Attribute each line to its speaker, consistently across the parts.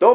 Speaker 1: どう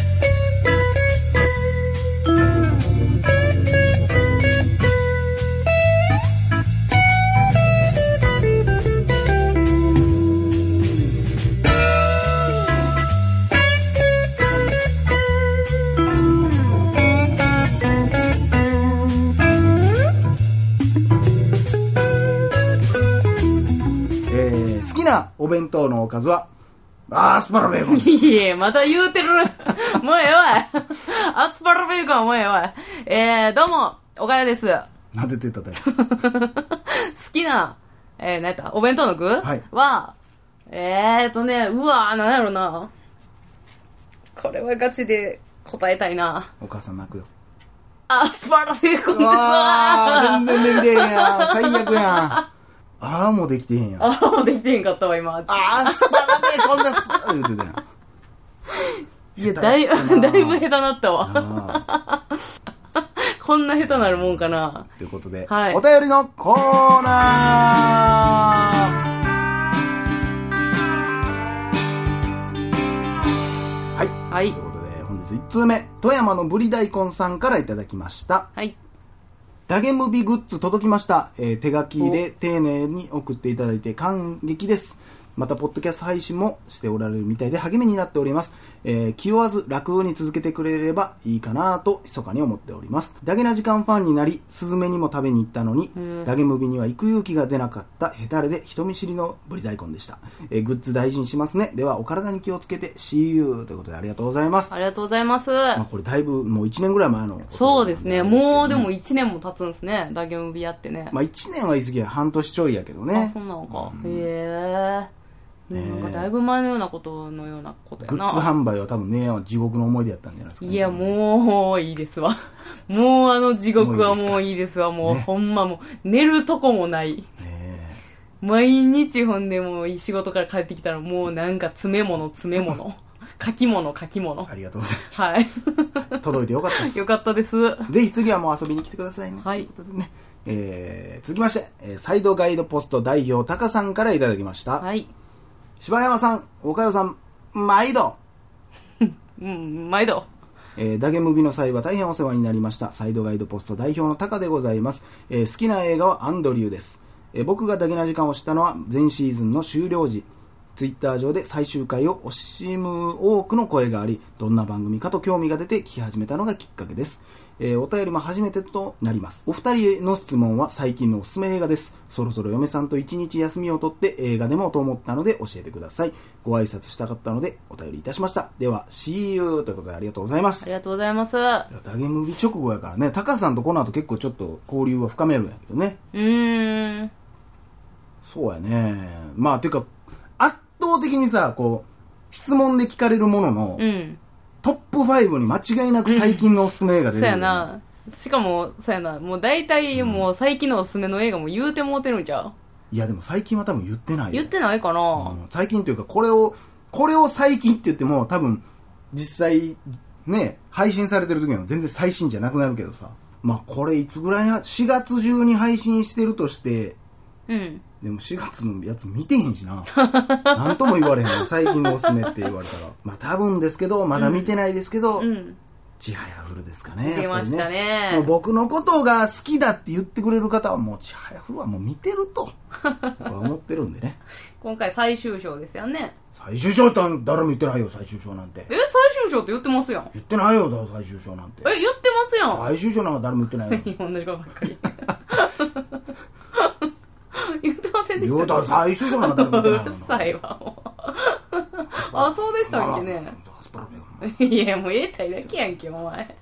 Speaker 1: えー、好きなお弁当のおかずは、アスパラベーコン。
Speaker 2: いえ、また言うてる。 もうええわい。アスパラベーコンはもうええわい。えー、どうも、岡田です。好
Speaker 1: なでていただいて。
Speaker 2: きな、えー、何やったお弁当の具
Speaker 1: はい
Speaker 2: はえーとね、うわー、なんやろな。これはガチで答えたいな。
Speaker 1: お母さん泣く よ。
Speaker 2: アスパラベーコンです
Speaker 1: わー、全
Speaker 2: わ
Speaker 1: 然できてへんやん。最悪やん。あーもうできてへんやん。
Speaker 2: あー、もうできてへんかったわ、今。
Speaker 1: アスパラベーコンです言うてたやん。
Speaker 2: いや、
Speaker 1: 下手やっ
Speaker 2: だい
Speaker 1: た
Speaker 2: ぶ、
Speaker 1: な
Speaker 2: だいぶ下手なったわ。
Speaker 1: あー
Speaker 2: こんな下手なるもんかな。
Speaker 1: ということで、
Speaker 2: はい
Speaker 1: お便りのコーナーはい、
Speaker 2: はい
Speaker 1: ということで本日1通目富山のぶり大根さんからいただきました
Speaker 2: はい。
Speaker 1: ダゲムビグッズ届きました、えー手書きで丁寧に送っていただいて感激ですまたポッドキャスト配信もしておられるみたいで励みになっております、えー気負わず楽に続けてくれればいいかなと密かに思っておりますダゲな時間ファンになりスズメにも食べに行ったのに、
Speaker 2: うん
Speaker 1: ダゲムビには行く勇気が出なかったヘタレで人見知りのブリ大根でした、えーグッズ大事にしますねではお体に気をつけて See you ということでありがとうございます
Speaker 2: ありがとうございます。
Speaker 1: まあ、これだいぶもう1年ぐらい前の
Speaker 2: そうですね。もうでも
Speaker 1: 1
Speaker 2: 1年も経つんですね。ダゲムビやってね。
Speaker 1: まあ、1年は言い過ぎや半年ちょいやけどね
Speaker 2: あ、そんなのか。
Speaker 1: うん
Speaker 2: へえ。
Speaker 1: ねえ
Speaker 2: なんかだいぶ前のようなことのようなことや
Speaker 1: グ
Speaker 2: な。
Speaker 1: ッズ販売は多分ね地獄の思い出やったんじゃないですかね、
Speaker 2: いや、もういいですわ。 もうあの地獄は
Speaker 1: も
Speaker 2: も
Speaker 1: う
Speaker 2: ういいですわ。もう
Speaker 1: ね
Speaker 2: ほんまもう寝るとこもない。
Speaker 1: ね
Speaker 2: 毎日ほんでもう仕事から帰ってきたらもうなんか詰め物詰 め物。書き物書き
Speaker 1: え
Speaker 2: 物。
Speaker 1: ありがとうございま
Speaker 2: はい。
Speaker 1: す 届いてよかったです
Speaker 2: よかったです。
Speaker 1: ぜひ次はもう遊びに来てくださいね
Speaker 2: は
Speaker 1: とい
Speaker 2: い
Speaker 1: うことでね、えー、続きまして、えーサイドガイドポスト代表タカさんからいただきました、
Speaker 2: はい。
Speaker 1: 柴山さん岡代さん毎度
Speaker 2: うん、毎度。
Speaker 1: えーダゲムビの際は大変お世話になりました。サイドガイドポスト代表のタカでございます。えー好きな映画はアンドリューです。えー僕がダゲな時間をしたのは前シーズンの終了時。ツイッター上で最終回を惜しむ多くの声があり、どんな番組かと興味が出て聞き始めたのがきっかけです。えーお便りも初めてとなります。お二人への質問は最近のおすすめ映画です。そろそろ嫁さんと一日休みを取って映画でもと思ったので教えてください。ご挨拶したかったのでお便りいたしました。では、See you! ということでありがとうございます
Speaker 2: あり。がとうございます。
Speaker 1: ダゲムビ直後やからね、高さんとこの後結構ちょっと交流は深めるんやけどね。
Speaker 2: うーん。
Speaker 1: そうやね。まあ、ていうか、圧倒的にさ、こう、質問で聞かれるものの、
Speaker 2: うん。
Speaker 1: トップ5に間違いなく最近のおすすめ映画
Speaker 2: そ
Speaker 1: 出
Speaker 2: う
Speaker 1: てる、
Speaker 2: や。な。しかも、そうやな。もう大体、もう最近のおすすめの映画も言うてもうてるんちゃう
Speaker 1: いや、でも最近は多分言ってないよ
Speaker 2: 言ってないか
Speaker 1: あ
Speaker 2: な
Speaker 1: の最近というか、これを、これを最近って言っても、多分、実際、ね、配信されてる時には全然最新じゃなくなるけどさ。まあ、これいつぐらいな、4月中に配信してるとして、
Speaker 2: うん。
Speaker 1: でも4月のやつ見てへんしな。 なんとも言われへんよ。最近のおすすめって言われたら。まあ多分ですけど、まだ見てないですけど
Speaker 2: う、ん。
Speaker 1: ちはやふるですかね。
Speaker 2: 出
Speaker 1: やっぱ
Speaker 2: ま
Speaker 1: り
Speaker 2: したね
Speaker 1: もう。僕のことが好きだって言ってくれる方は、もうちはやふるはもう見てると、僕は思ってるん でね。
Speaker 2: 今回最終章ですよね。
Speaker 1: 最終章って誰も言ってないよ、最終章なんて
Speaker 2: え。、最終章って言ってますやん。え、
Speaker 1: 言ってないよ、だから最終章なんて。
Speaker 2: 言ってますやん。
Speaker 1: 最終章なんか誰も言ってないよ。
Speaker 2: 日本の人ばっかり。言ってませんで
Speaker 1: 言
Speaker 2: し
Speaker 1: うたら
Speaker 2: た
Speaker 1: 最終章なんか誰も
Speaker 2: う
Speaker 1: 言っ
Speaker 2: る
Speaker 1: てないよ。
Speaker 2: さいわ、もう。 あ、そうでしたっけね。
Speaker 1: まあアスパラベーコン
Speaker 2: いや、もうええたいだけやんけ、お前。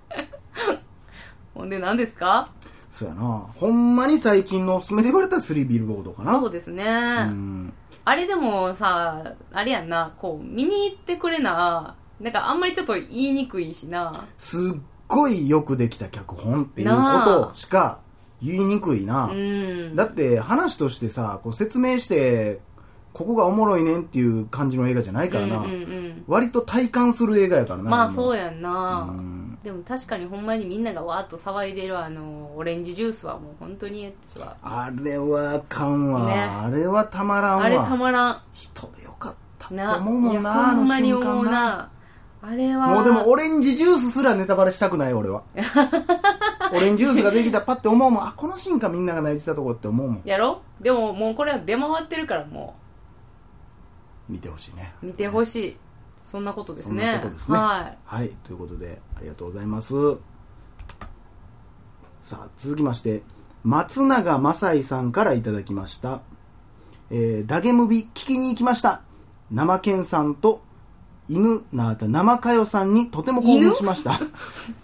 Speaker 2: ほんで何ですか
Speaker 1: そうやな。ほんまに最近のおすすめで言われたら3ビルボードかな。
Speaker 2: そうですね。
Speaker 1: うん。
Speaker 2: あれでもさ、あれやんな、こう、見に行ってくれな、なんかあんまりちょっと言いにくいしな。
Speaker 1: すっごいよくできた脚本っていうことしか言いにくいな。
Speaker 2: うん。
Speaker 1: だって話としてさ、こう説明して、ここがおもろいねんっていう感じの映画じゃないからな、
Speaker 2: うんうんうん
Speaker 1: 割と体感する映画やからな
Speaker 2: まあ
Speaker 1: も
Speaker 2: そうやんな、
Speaker 1: うん
Speaker 2: でも確かにほんまにみんながわーっと騒いでるあのオレンジジュースはもう本当に私は
Speaker 1: あれはあかんわ、
Speaker 2: ね
Speaker 1: あれはたまらんわ
Speaker 2: あれたまらん
Speaker 1: 人でよかった
Speaker 2: な
Speaker 1: と思うもん
Speaker 2: い
Speaker 1: な
Speaker 2: や
Speaker 1: あ
Speaker 2: ほ
Speaker 1: の
Speaker 2: んまに
Speaker 1: 瞬
Speaker 2: 思
Speaker 1: 間な
Speaker 2: うなあれは
Speaker 1: もうでもオレンジジュースすらネタバレしたくない俺 はオレンジジュースができたパッて思うもんあこのシーンかみんなが泣いてたとこって思うもん
Speaker 2: やろでももうこれは出回ってるからも
Speaker 1: 見てほしいね
Speaker 2: う見てほしいそんなことですね
Speaker 1: そんなことですね
Speaker 2: は
Speaker 1: はい、ということで、ありがとうございます。さあ、続きまして、松永正井さんからいただきました。えー、ダゲムビ聞きに行きました。生健さんと犬なあた生かよさんにとても興奮しました。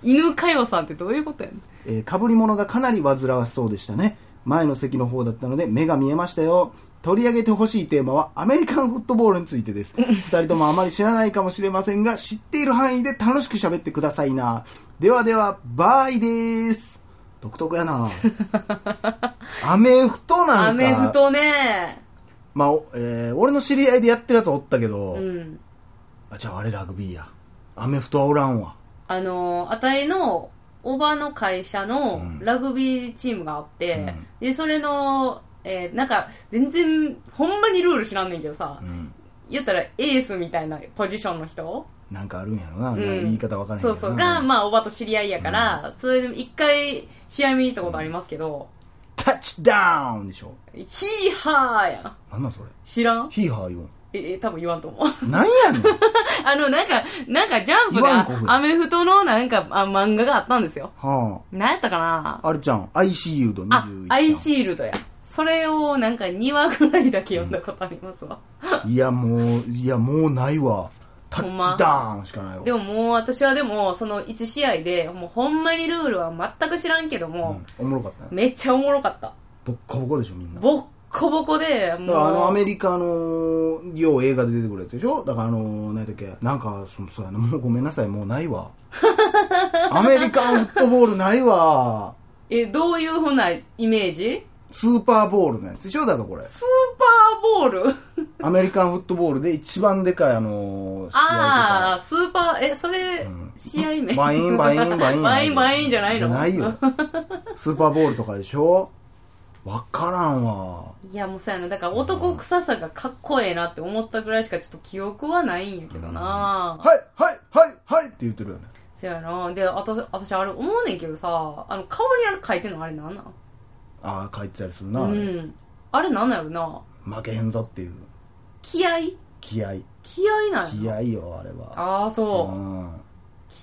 Speaker 2: い犬かよさんってどういうことやねん
Speaker 1: えー、被り物がかなり煩わしそうでしたね。前の席の方だったので目が見えましたよ。取り上げてほしいテーマはアメリカンフットボールについて です。二人ともあまり知らないかもしれませんが、知っている範囲で楽しく喋ってくださいな。ではでは、バイでーす。独特や なアメフトなん
Speaker 2: ア
Speaker 1: か。
Speaker 2: メフ。トね
Speaker 1: まあ、おえー俺の知り合いでやってるやつおったけど、
Speaker 2: うん
Speaker 1: あ、じゃああれラグビーや。アメフトはおらんわ。
Speaker 2: あのあたいのおばの会社の
Speaker 1: うん
Speaker 2: ラグビーチームがあって、でそれのえーなんか全然ほんまにルール知らんねんけどさ、
Speaker 1: うん。
Speaker 2: 言ったらエースみたいなポジションの人
Speaker 1: なんかあるんやろな。
Speaker 2: うん
Speaker 1: 言い方わからへんけ
Speaker 2: そ
Speaker 1: ど
Speaker 2: う
Speaker 1: な
Speaker 2: そうが、まあおばと知り合いやから、それで一回試合見に行ったことありますけど、
Speaker 1: タッチダウンでしょ
Speaker 2: ヒーハーやん
Speaker 1: なんなんそれ
Speaker 2: 知らん
Speaker 1: ヒーハー言うん
Speaker 2: ええ多分言わんと思う
Speaker 1: なんやねんは
Speaker 2: あのなんかなんかジャン
Speaker 1: 言
Speaker 2: プ
Speaker 1: わんこ普
Speaker 2: が
Speaker 1: 段
Speaker 2: アメフトのなんかあ漫画があったんですよ何やったかな
Speaker 1: ああれちゃんアイシールド21
Speaker 2: あ
Speaker 1: ちゃん、
Speaker 2: アイシールドや。それをなんか2話ぐらいだけ読んだことありますわ。
Speaker 1: いやもういやもうないわタ
Speaker 2: ほんま
Speaker 1: ッチダウンしかないわ
Speaker 2: でももう私はでも、その1試合で、もうほんまにルールは全く知らんけども、
Speaker 1: うん、おもろかったね
Speaker 2: めっちゃおもろかった。
Speaker 1: ボッコボコでしょみんなだか
Speaker 2: ボッコボコで、もう。
Speaker 1: らあのアメリカのよう映画で出てくるやつでしょだからあの何だっけなんかそそうやなもうごめんなさいもうない わアメリカンフットボールないわ
Speaker 2: え、どういうふうなイメージ
Speaker 1: スーパーボールのやつでしょだからこれ
Speaker 2: スーパーボール
Speaker 1: アメリカンフットボールで一番でかいあのー試合とか
Speaker 2: ああ、スーパー、え、それ、試合名
Speaker 1: バインバインバイン。
Speaker 2: バインバインじゃないの
Speaker 1: じゃない よ。スーパーボールとかでしょわからんわ。
Speaker 2: いやもうそうやなだから男臭さがかっこええなって思ったぐらいしかちょっと記憶はないんやけど
Speaker 1: は
Speaker 2: な、
Speaker 1: いはいはいはいって言ってるよね。
Speaker 2: そうやなで私私あれ思うねんけどさあの顔にあれ書いてんのあれなんなん
Speaker 1: ああ、書いてたりするな。
Speaker 2: うんあれなんなんやろな
Speaker 1: 負けへんぞっていう
Speaker 2: 気合
Speaker 1: 気合。
Speaker 2: 気合なんや
Speaker 1: 気合よ、あれは。
Speaker 2: ああそう、
Speaker 1: うん。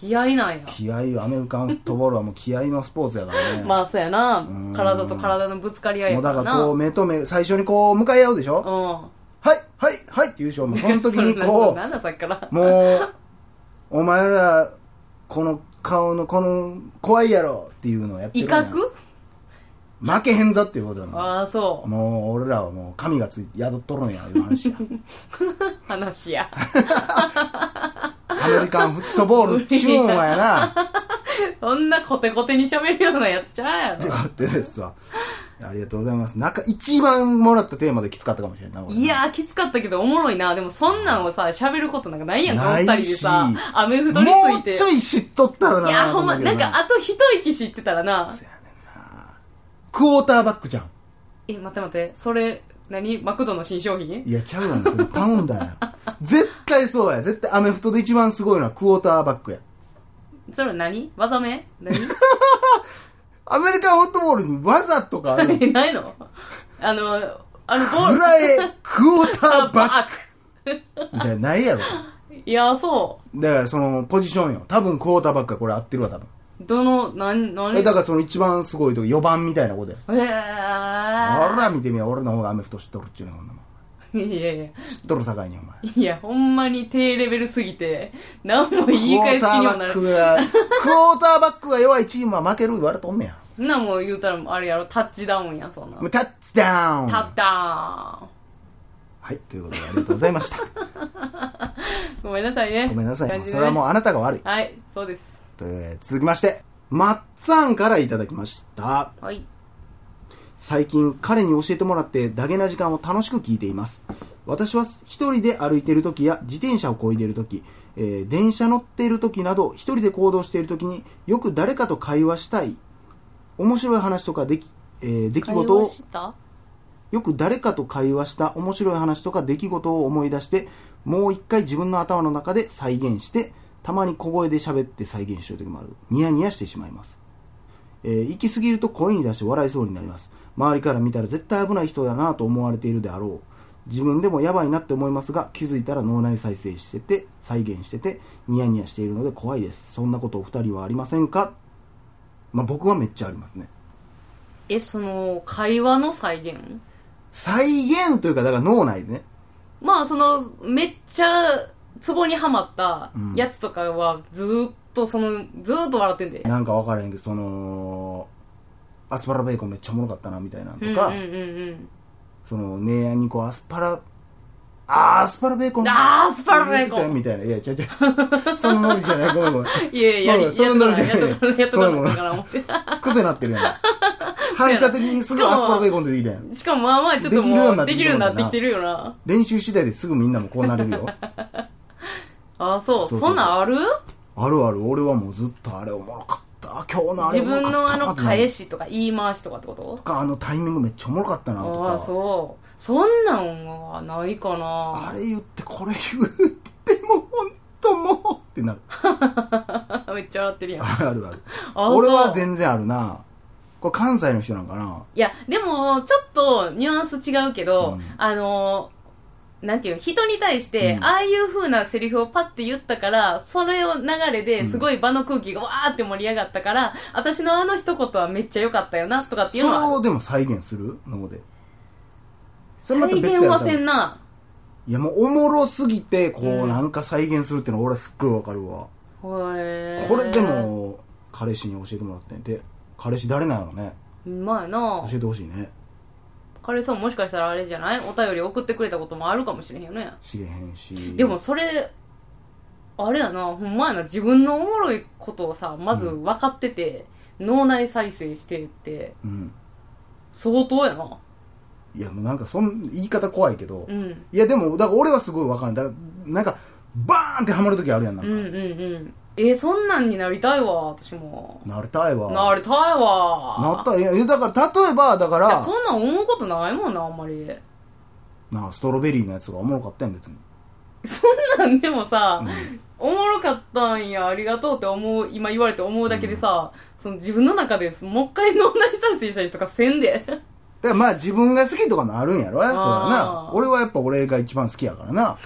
Speaker 2: 気合なんや
Speaker 1: 気合よ、アメリカンフットボールはもう気合のスポーツやからね。
Speaker 2: まあそうやな、
Speaker 1: うん
Speaker 2: 体と体のぶつかり合い
Speaker 1: も
Speaker 2: や
Speaker 1: うだ
Speaker 2: から
Speaker 1: から
Speaker 2: な
Speaker 1: こう目と目、最初にこう向かい合うでしょはいはいはいって言うでしょもうその時 にこう、
Speaker 2: 何ださっきから
Speaker 1: もう、お前ら、この顔の、この、怖いやろっていうのをやって
Speaker 2: 威
Speaker 1: るんや
Speaker 2: 嚇
Speaker 1: 負けへんぞっていうことな
Speaker 2: ああそ
Speaker 1: の。
Speaker 2: う
Speaker 1: もう、俺らはもう、神がつい宿っとるんや、いう話や。
Speaker 2: 話や
Speaker 1: アメリカンフットボール、チューンはやな。
Speaker 2: そんなコテコテに喋るようなやつちゃう
Speaker 1: って
Speaker 2: や
Speaker 1: ことですわ。ありがとうございます。なんか、一番もらったテーマできつかったかもしれんないな。
Speaker 2: ろ
Speaker 1: 俺
Speaker 2: いやーきつかったけどおもろいなでもそんなんをさ喋ることなんかないやんかお
Speaker 1: な
Speaker 2: 二
Speaker 1: いし
Speaker 2: 人でさアメフ
Speaker 1: も
Speaker 2: トについうて
Speaker 1: ちょい知っとったらな。
Speaker 2: いや、ほんま、
Speaker 1: と思
Speaker 2: な
Speaker 1: うんけど
Speaker 2: か、あと一息知ってたらな。
Speaker 1: クォーターバックじゃん。
Speaker 2: え、待って待って、それ、何マクドの新商品
Speaker 1: いや、ちゃうやん、それパウンダーやろ。絶対そうや。絶対アメフトで一番すごいのはクォーターバックや。
Speaker 2: それ何技名
Speaker 1: アメリカンフットボールに技とかあ る。
Speaker 2: 何ないのあの、あの、ボール。
Speaker 1: 裏へクォータ
Speaker 2: あ
Speaker 1: ーバッ
Speaker 2: バ
Speaker 1: クみたいな、ないやろ。
Speaker 2: ックいや、そ
Speaker 1: だからそのポジションよ。多分クォーターバックはこれ合ってるわ、多分。
Speaker 2: う。どの、なん、何
Speaker 1: え、だからその一番すごいとこ、4番みたいなことや。
Speaker 2: え
Speaker 1: ほ
Speaker 2: ー。
Speaker 1: ら見てみよ、俺の方がアメフト知っとるっちゅうねん、ほんなもん。
Speaker 2: いやいや。
Speaker 1: 知っとる境に、お前。
Speaker 2: いや、ほんまに低レベルすぎて、何も言い返す気
Speaker 1: クォー
Speaker 2: に
Speaker 1: タ
Speaker 2: は
Speaker 1: ーバ
Speaker 2: な
Speaker 1: ッ
Speaker 2: ら
Speaker 1: ク
Speaker 2: ん。
Speaker 1: が、クォーターバックが弱いチームは負ける言われとんねや。
Speaker 2: そんなもう言うたら、あれやろ、タッチダウンや、そんな
Speaker 1: も。うタッチダウン
Speaker 2: タッダウン。
Speaker 1: はい、ということでありがとうございま した。
Speaker 2: ごめんなさいね。
Speaker 1: ごめんなさい。
Speaker 2: 感じで
Speaker 1: それはもうあなたが悪い。
Speaker 2: はい、そうです。
Speaker 1: という続きまして、マッツァンからいただきました。
Speaker 2: はい。
Speaker 1: 最近彼に教えてもらってダゲな時間を楽しく聞いています私は一人で歩いている時や自転車をこいでいる時、えー電車乗っている時など一人で行動している時によく誰かと会話したい面白い話とかでき、えー出来
Speaker 2: 会
Speaker 1: 事
Speaker 2: 話
Speaker 1: を
Speaker 2: した
Speaker 1: よく誰かと会話した面白い話とか出来事を思い出して、もう一回自分の頭の中で再現して、たまに小声で喋って再現してる時もある。ニヤニヤしてしまいます。えー行き過ぎると声に出して笑いそうになります。周りから見たら絶対危ない人だなと思われているであろう。自分でもやばいなって思いますが、気づいたら脳内再生してて、再現してて、ニヤニヤしているので怖いです。そんなことお二人はありませんかまあ、僕はめっちゃありますね。
Speaker 2: え、その、会話の再現
Speaker 1: 再現というか、だから脳内でね。
Speaker 2: まあ、その、めっちゃ、ツボにはまった
Speaker 1: うん
Speaker 2: やつとかは、ずーっと、その、ずーっと笑ってんで。
Speaker 1: なんか分からへんけど、その、アスパラベーコンめっちゃおもろかったな、みたいなの
Speaker 2: うん
Speaker 1: と
Speaker 2: うん
Speaker 1: か、
Speaker 2: うん
Speaker 1: その、姉やんにこう、アスパラ、あー、アスパラベーコン
Speaker 2: あーアスパラベーコン
Speaker 1: みたいな。いや、ちゃちゃ、 そのノリじゃない、ごめんごめん。
Speaker 2: うん。いやいや、
Speaker 1: まあ
Speaker 2: や
Speaker 1: まあ
Speaker 2: っ
Speaker 1: それ
Speaker 2: と
Speaker 1: な
Speaker 2: からな、
Speaker 1: じゃ
Speaker 2: やっとかな、やっとかな、やっとかな思って。
Speaker 1: 癖なってるやん。 反射的にすぐアスパラベーコン出てきたやん。
Speaker 2: しかもまあまあちょっと
Speaker 1: できるように
Speaker 2: も
Speaker 1: なっ
Speaker 2: う
Speaker 1: て
Speaker 2: で
Speaker 1: き
Speaker 2: き
Speaker 1: て
Speaker 2: るよ
Speaker 1: る
Speaker 2: うんに
Speaker 1: だな
Speaker 2: なってきてるよな。
Speaker 1: 練習次第ですぐみんなもこうなれ るよ。
Speaker 2: ああ、そ
Speaker 1: そ
Speaker 2: う。
Speaker 1: うそうそう
Speaker 2: そんなんある
Speaker 1: あるある、俺はもうずっとあれおもろかった。今日のあれ
Speaker 2: 自
Speaker 1: おもろ
Speaker 2: 分
Speaker 1: かった
Speaker 2: のあの返
Speaker 1: し。
Speaker 2: しとか言い回しとかってこと
Speaker 1: とか、あのタイミングめっちゃおもろかったな、とか。
Speaker 2: ああ、そう。そんなんはないかな。
Speaker 1: あれ言ってこれ言うってもうほんともうってなる。
Speaker 2: めっちゃ笑ってるや ん。
Speaker 1: あるあるある。
Speaker 2: あ
Speaker 1: 俺は
Speaker 2: そう
Speaker 1: 全然あるな。これ関西の人なんかない
Speaker 2: や、でも、ちょっとニュアンス違うけど、
Speaker 1: うん
Speaker 2: あのー、なんていうの人に対して、
Speaker 1: うん
Speaker 2: ああいう風なセリフをパッて言ったから、それを流れで
Speaker 1: うん
Speaker 2: すごい場の空気がわーって盛り上がったから、私のあの一言はめっちゃ良かったよな、とかって
Speaker 1: それ
Speaker 2: いうのはあ
Speaker 1: をでも再現する脳で。そ
Speaker 2: る。
Speaker 1: れまた
Speaker 2: 再
Speaker 1: 別や
Speaker 2: 現
Speaker 1: ろ
Speaker 2: は
Speaker 1: 多
Speaker 2: せん
Speaker 1: 分
Speaker 2: な。
Speaker 1: いやもうおもろすぎて、こ
Speaker 2: う
Speaker 1: うんなんか再現するってのは俺はすっごいわかるわ。
Speaker 2: こ
Speaker 1: これで。も、彼氏に教えてもらってんで、彼氏誰なのね。
Speaker 2: まあな
Speaker 1: 教えてほしいね。
Speaker 2: 彼さんもしかしたらあれじゃないお便り送ってくれたこともあるかもしれへんよね。
Speaker 1: 知れへんし。
Speaker 2: でも、それ、あれやな、ほんまやな、自分のおもろいことをさ、まず分かってて、脳内再生してって、
Speaker 1: うん。
Speaker 2: 相当やな。
Speaker 1: いやもうなんかそん、言い方怖いけど。
Speaker 2: うん。
Speaker 1: いやでも、だから俺はすごいわかる。だから、なんか、バーンってハマるときあるやん、な
Speaker 2: うんん
Speaker 1: か。
Speaker 2: うんうん。えーそんなんになりたいわ、私も。
Speaker 1: なりたいわ。
Speaker 2: なりたいわ。
Speaker 1: なったらいやいや、だから、例えば、だか
Speaker 2: いや、
Speaker 1: ら、
Speaker 2: そんなん思うことないもんな、あんまり。
Speaker 1: なあストロベリーのやつがおもろかったやん、別に。
Speaker 2: そん なんでもさ
Speaker 1: うん、
Speaker 2: おもろかったんや、ありがとうって思う、今言われて思うだけでさ、その自分の中でもう一回脳内再生したりとかせんで。
Speaker 1: だからまあ自分が好きとかもあるんやろそれは
Speaker 2: あ
Speaker 1: な。
Speaker 2: ー
Speaker 1: 俺はやっぱ俺が一番好きやからな。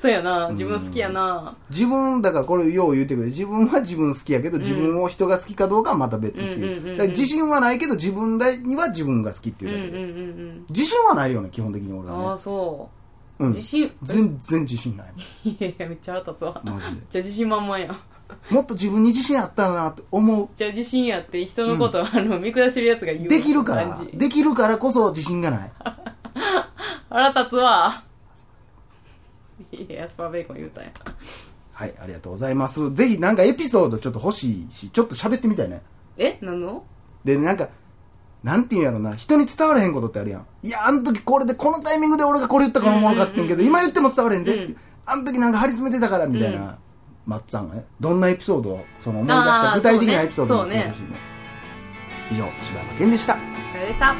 Speaker 2: そうやな、自分好きやな。
Speaker 1: 自分、だからこれよう言うてくれる。自分は自分好きやけど、自分を人が好きかどうかはまた別ってい
Speaker 2: うんうんうんう
Speaker 1: う。だ
Speaker 2: ん
Speaker 1: から自信はないけど、自分には自分が好きって
Speaker 2: うん
Speaker 1: いう
Speaker 2: うん
Speaker 1: だ
Speaker 2: う
Speaker 1: けで。
Speaker 2: んうん。
Speaker 1: 自信はないよね、基本的に俺
Speaker 2: あ
Speaker 1: は
Speaker 2: あ、
Speaker 1: ね。
Speaker 2: そうう。
Speaker 1: ん
Speaker 2: 自。信、
Speaker 1: 全然自信ない。
Speaker 2: いやいや、めっちゃ腹立つわ。めっ
Speaker 1: マジで。
Speaker 2: ちゃ自信満々やん。めっ
Speaker 1: もっと自分に自信あったらなって思う。
Speaker 2: ちゃ自信やって、人のこと、あの、見下してるやつが言う。
Speaker 1: できるから
Speaker 2: 感、じ
Speaker 1: できるからこそ自信がない。
Speaker 2: 腹立つわ。いや、アスパラベーコン言うたんや。
Speaker 1: はい、ありがとうございます。ぜひなんかエピソードちょっと欲しいし、ちょっと喋ってみたいね。
Speaker 2: え何の
Speaker 1: で、なんか、なんていうんやろな、人に伝わらへんことってあるやん。いや、あの時これで、このタイミングで俺がこれ言ったからおもろかったんけど、今言っても伝われへんでって、
Speaker 2: うん
Speaker 1: あの時なんか張り詰めてたから、みたいな、
Speaker 2: うん
Speaker 1: マッツさんがね、どんなエピソードを、その思い出した
Speaker 2: あー
Speaker 1: 具体的
Speaker 2: そう
Speaker 1: な
Speaker 2: ね
Speaker 1: エピソードを教えて
Speaker 2: そうね
Speaker 1: ほしいね。以上、柴山健でした。
Speaker 2: あれでした。